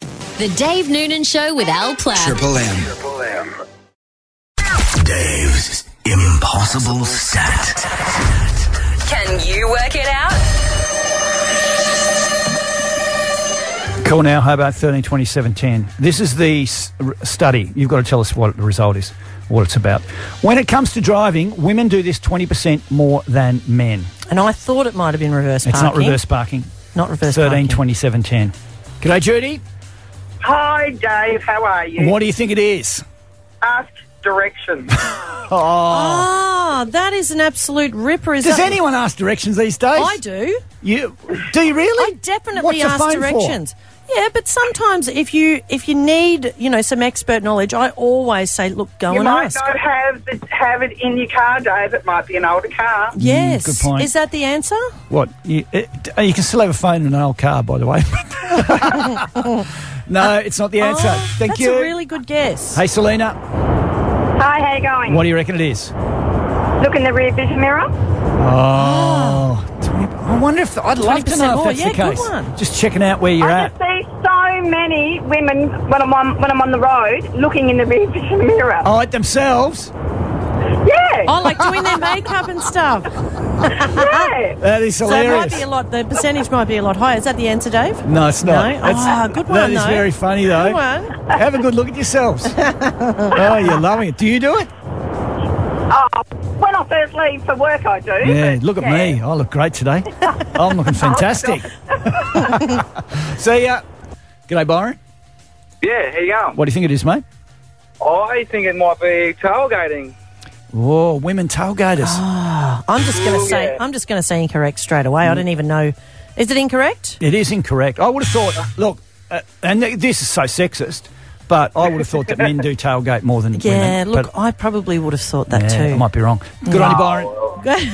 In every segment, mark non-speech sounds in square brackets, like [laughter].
The Dave Noonan Show with Al Platt. Triple M. Triple M. Dave's impossible stat. Can you work it out? Call now, Hobart 13 27 10. This is the s- r- study. You've got to tell us what the result is, what it's about. When it comes to driving, women do this 20% more than men. And I thought it might have been reverse It's parking. not reverse parking. Not reverse 13 parking. 27 10. G'day, Judy. Hi, Dave. How are you? What do you think it is? Ask directions. Ah, that is an absolute ripper. Is Does that- anyone ask directions these days? I do. You, do you really? I definitely What's your ask phone for? directions. Yeah, but sometimes if you if you need you know some expert knowledge, I always say, look, go you and might Mm, ask. not have the, have it in your car, Dave. It might be an older car. Yes, good point. Is that the answer? What? You, it, uh, you can still have a phone in an old car, by the [laughs] way. [laughs] no, it's not the answer. Oh, Thank that's you. a really good guess. hey, Selena, Hi, how you going? what do you reckon it is? Look in the rear vision mirror. [gasps] Oh, 20 I wonder if I'd love to 20% know if more. that's the Yeah, good case. one. Just checking out where you're I at. just see so many women when I'm on, when I'm on the road looking in the rear vision mirror. Oh, at themselves. Yeah, Oh, like doing their makeup and [laughs] stuff. So oh. yeah. That is it hilarious. might be a lot. The percentage might be a lot higher. Is that the answer, Dave? no, it's not. No? Ah, good That one, is though. very funny though. Good one. Have a good look at [laughs] yourselves. oh, you're loving it. Do you do it? Oh, when I first leave for work, I do. Yeah. but Look at yeah. me. I look great [laughs] today. I'm looking Oh, fantastic. [laughs] See ya. G'day, Byron. Yeah, here you go. What do you think it is, mate? I think it might be tailgating. Oh, women tailgaters. I'm just going to say I'm just going to say incorrect straight away. Mm. I don't even know. Is it incorrect? It is incorrect. I would have thought. Look, uh, and th- this is so sexist, but I would have thought that men do tailgate more than Yeah. women. Look, but, I probably would have thought that yeah, too. I might be wrong. Good on you,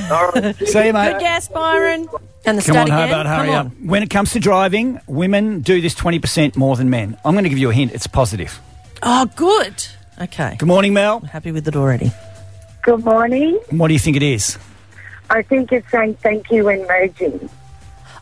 Byron. See you, mate. Good guess, Byron. And the Come start on, again. Hobart, hurry Come up. on. When it comes to driving, women do this 20% more than men. I'm going to give you a hint. It's positive. Oh, good. Okay. Good morning, Mel. Happy with it already. Good morning. What do you think it is? I think it's saying thank you when merging.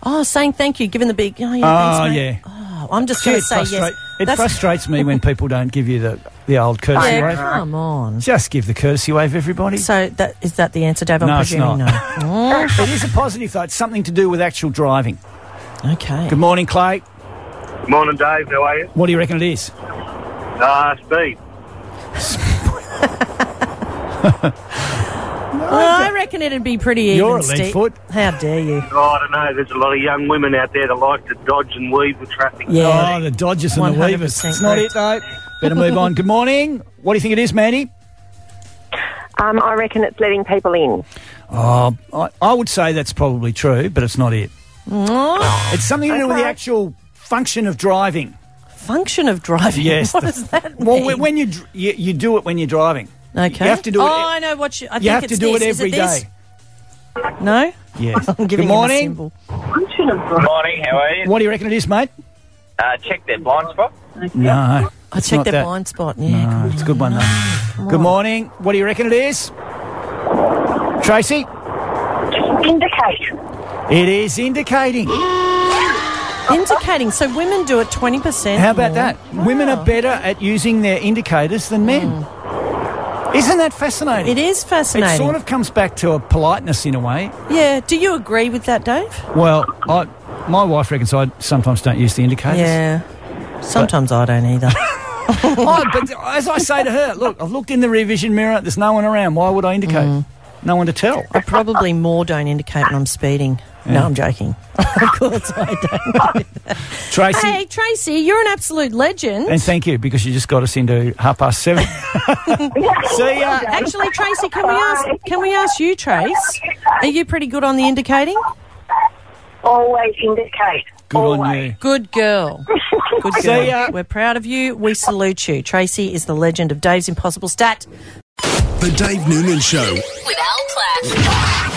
Oh, saying thank you, giving the big. Oh, yeah. Oh, thanks, mate. yeah. Oh, I'm just Gee, going it to say yes. frustrate- it frustrates me when people don't give you the, the old courtesy yeah, wave. come on. Just give the courtesy wave, everybody. So that is that the answer, Dave? I'm No, it's presuming not. [laughs] no. it is a positive, though. It's something to do with actual driving. Mm, okay. Good morning, Clay. Morning, Dave. How are you? What do you reckon it is? Uh, speed. Well, I reckon it'd be pretty even. You're a Steve. Leadfoot. How dare you? Oh, I don't know. There's a lot of young women out there that like to dodge and weave the traffic. Yeah. Oh, the Dodgers and the 100% Weavers. It's not it, correct. though. Better move on. Good morning. What do you think it is, Mandy? Um, I reckon it's letting people in. Oh, I, I would say that's probably true, but it's not it. Oh, It's something to do with the actual function of driving. Function of driving. Yes, [laughs] What the- does that mean? Well, when- when you, dr- you you do it when you're driving. okay. You have to do it. e-, Oh, I know what you. I you think have to it's do this. it Is every this? day. No. Yes. [laughs] I'm Good giving Him a morning. symbol. Morning, how are you? What do you reckon it is, mate? Uh, check their blind spot. No. I it's checked not their that. blind spot. Yeah. No, it's a good one, though. Good morning. What do you reckon it is? Tracy? Indicate. It is indicating. Indicating. So women do it 20%. How about more. that? Women are better at using their indicators than men. Isn't that fascinating? Mm. It is fascinating. It sort of comes back to a politeness in a way. yeah. Do you agree with that, Dave? Well, I, my wife reckons I sometimes don't use the indicators. Yeah. Sometimes I [laughs] don't either. Oh, but as I say to her, look, I've looked in the rear vision mirror. There's no one around. Why would I indicate? Mm. No one to tell. I probably more don't indicate when I'm speeding. No, I'm joking. of course I don't. Tracy, Hey, Tracy, you're an absolute legend. and thank you because you just got us into half past seven. [laughs] See ya. Actually, Tracy, can we ask? Can we ask you, Trace? Are you pretty good on the indicating? Always indicate. Good on you. Good girl. Good girl. [laughs] See ya. We're proud of you. We salute you. Tracy is the legend of Dave's Impossible Stat. The Dave Noonan Show. With Al Platt.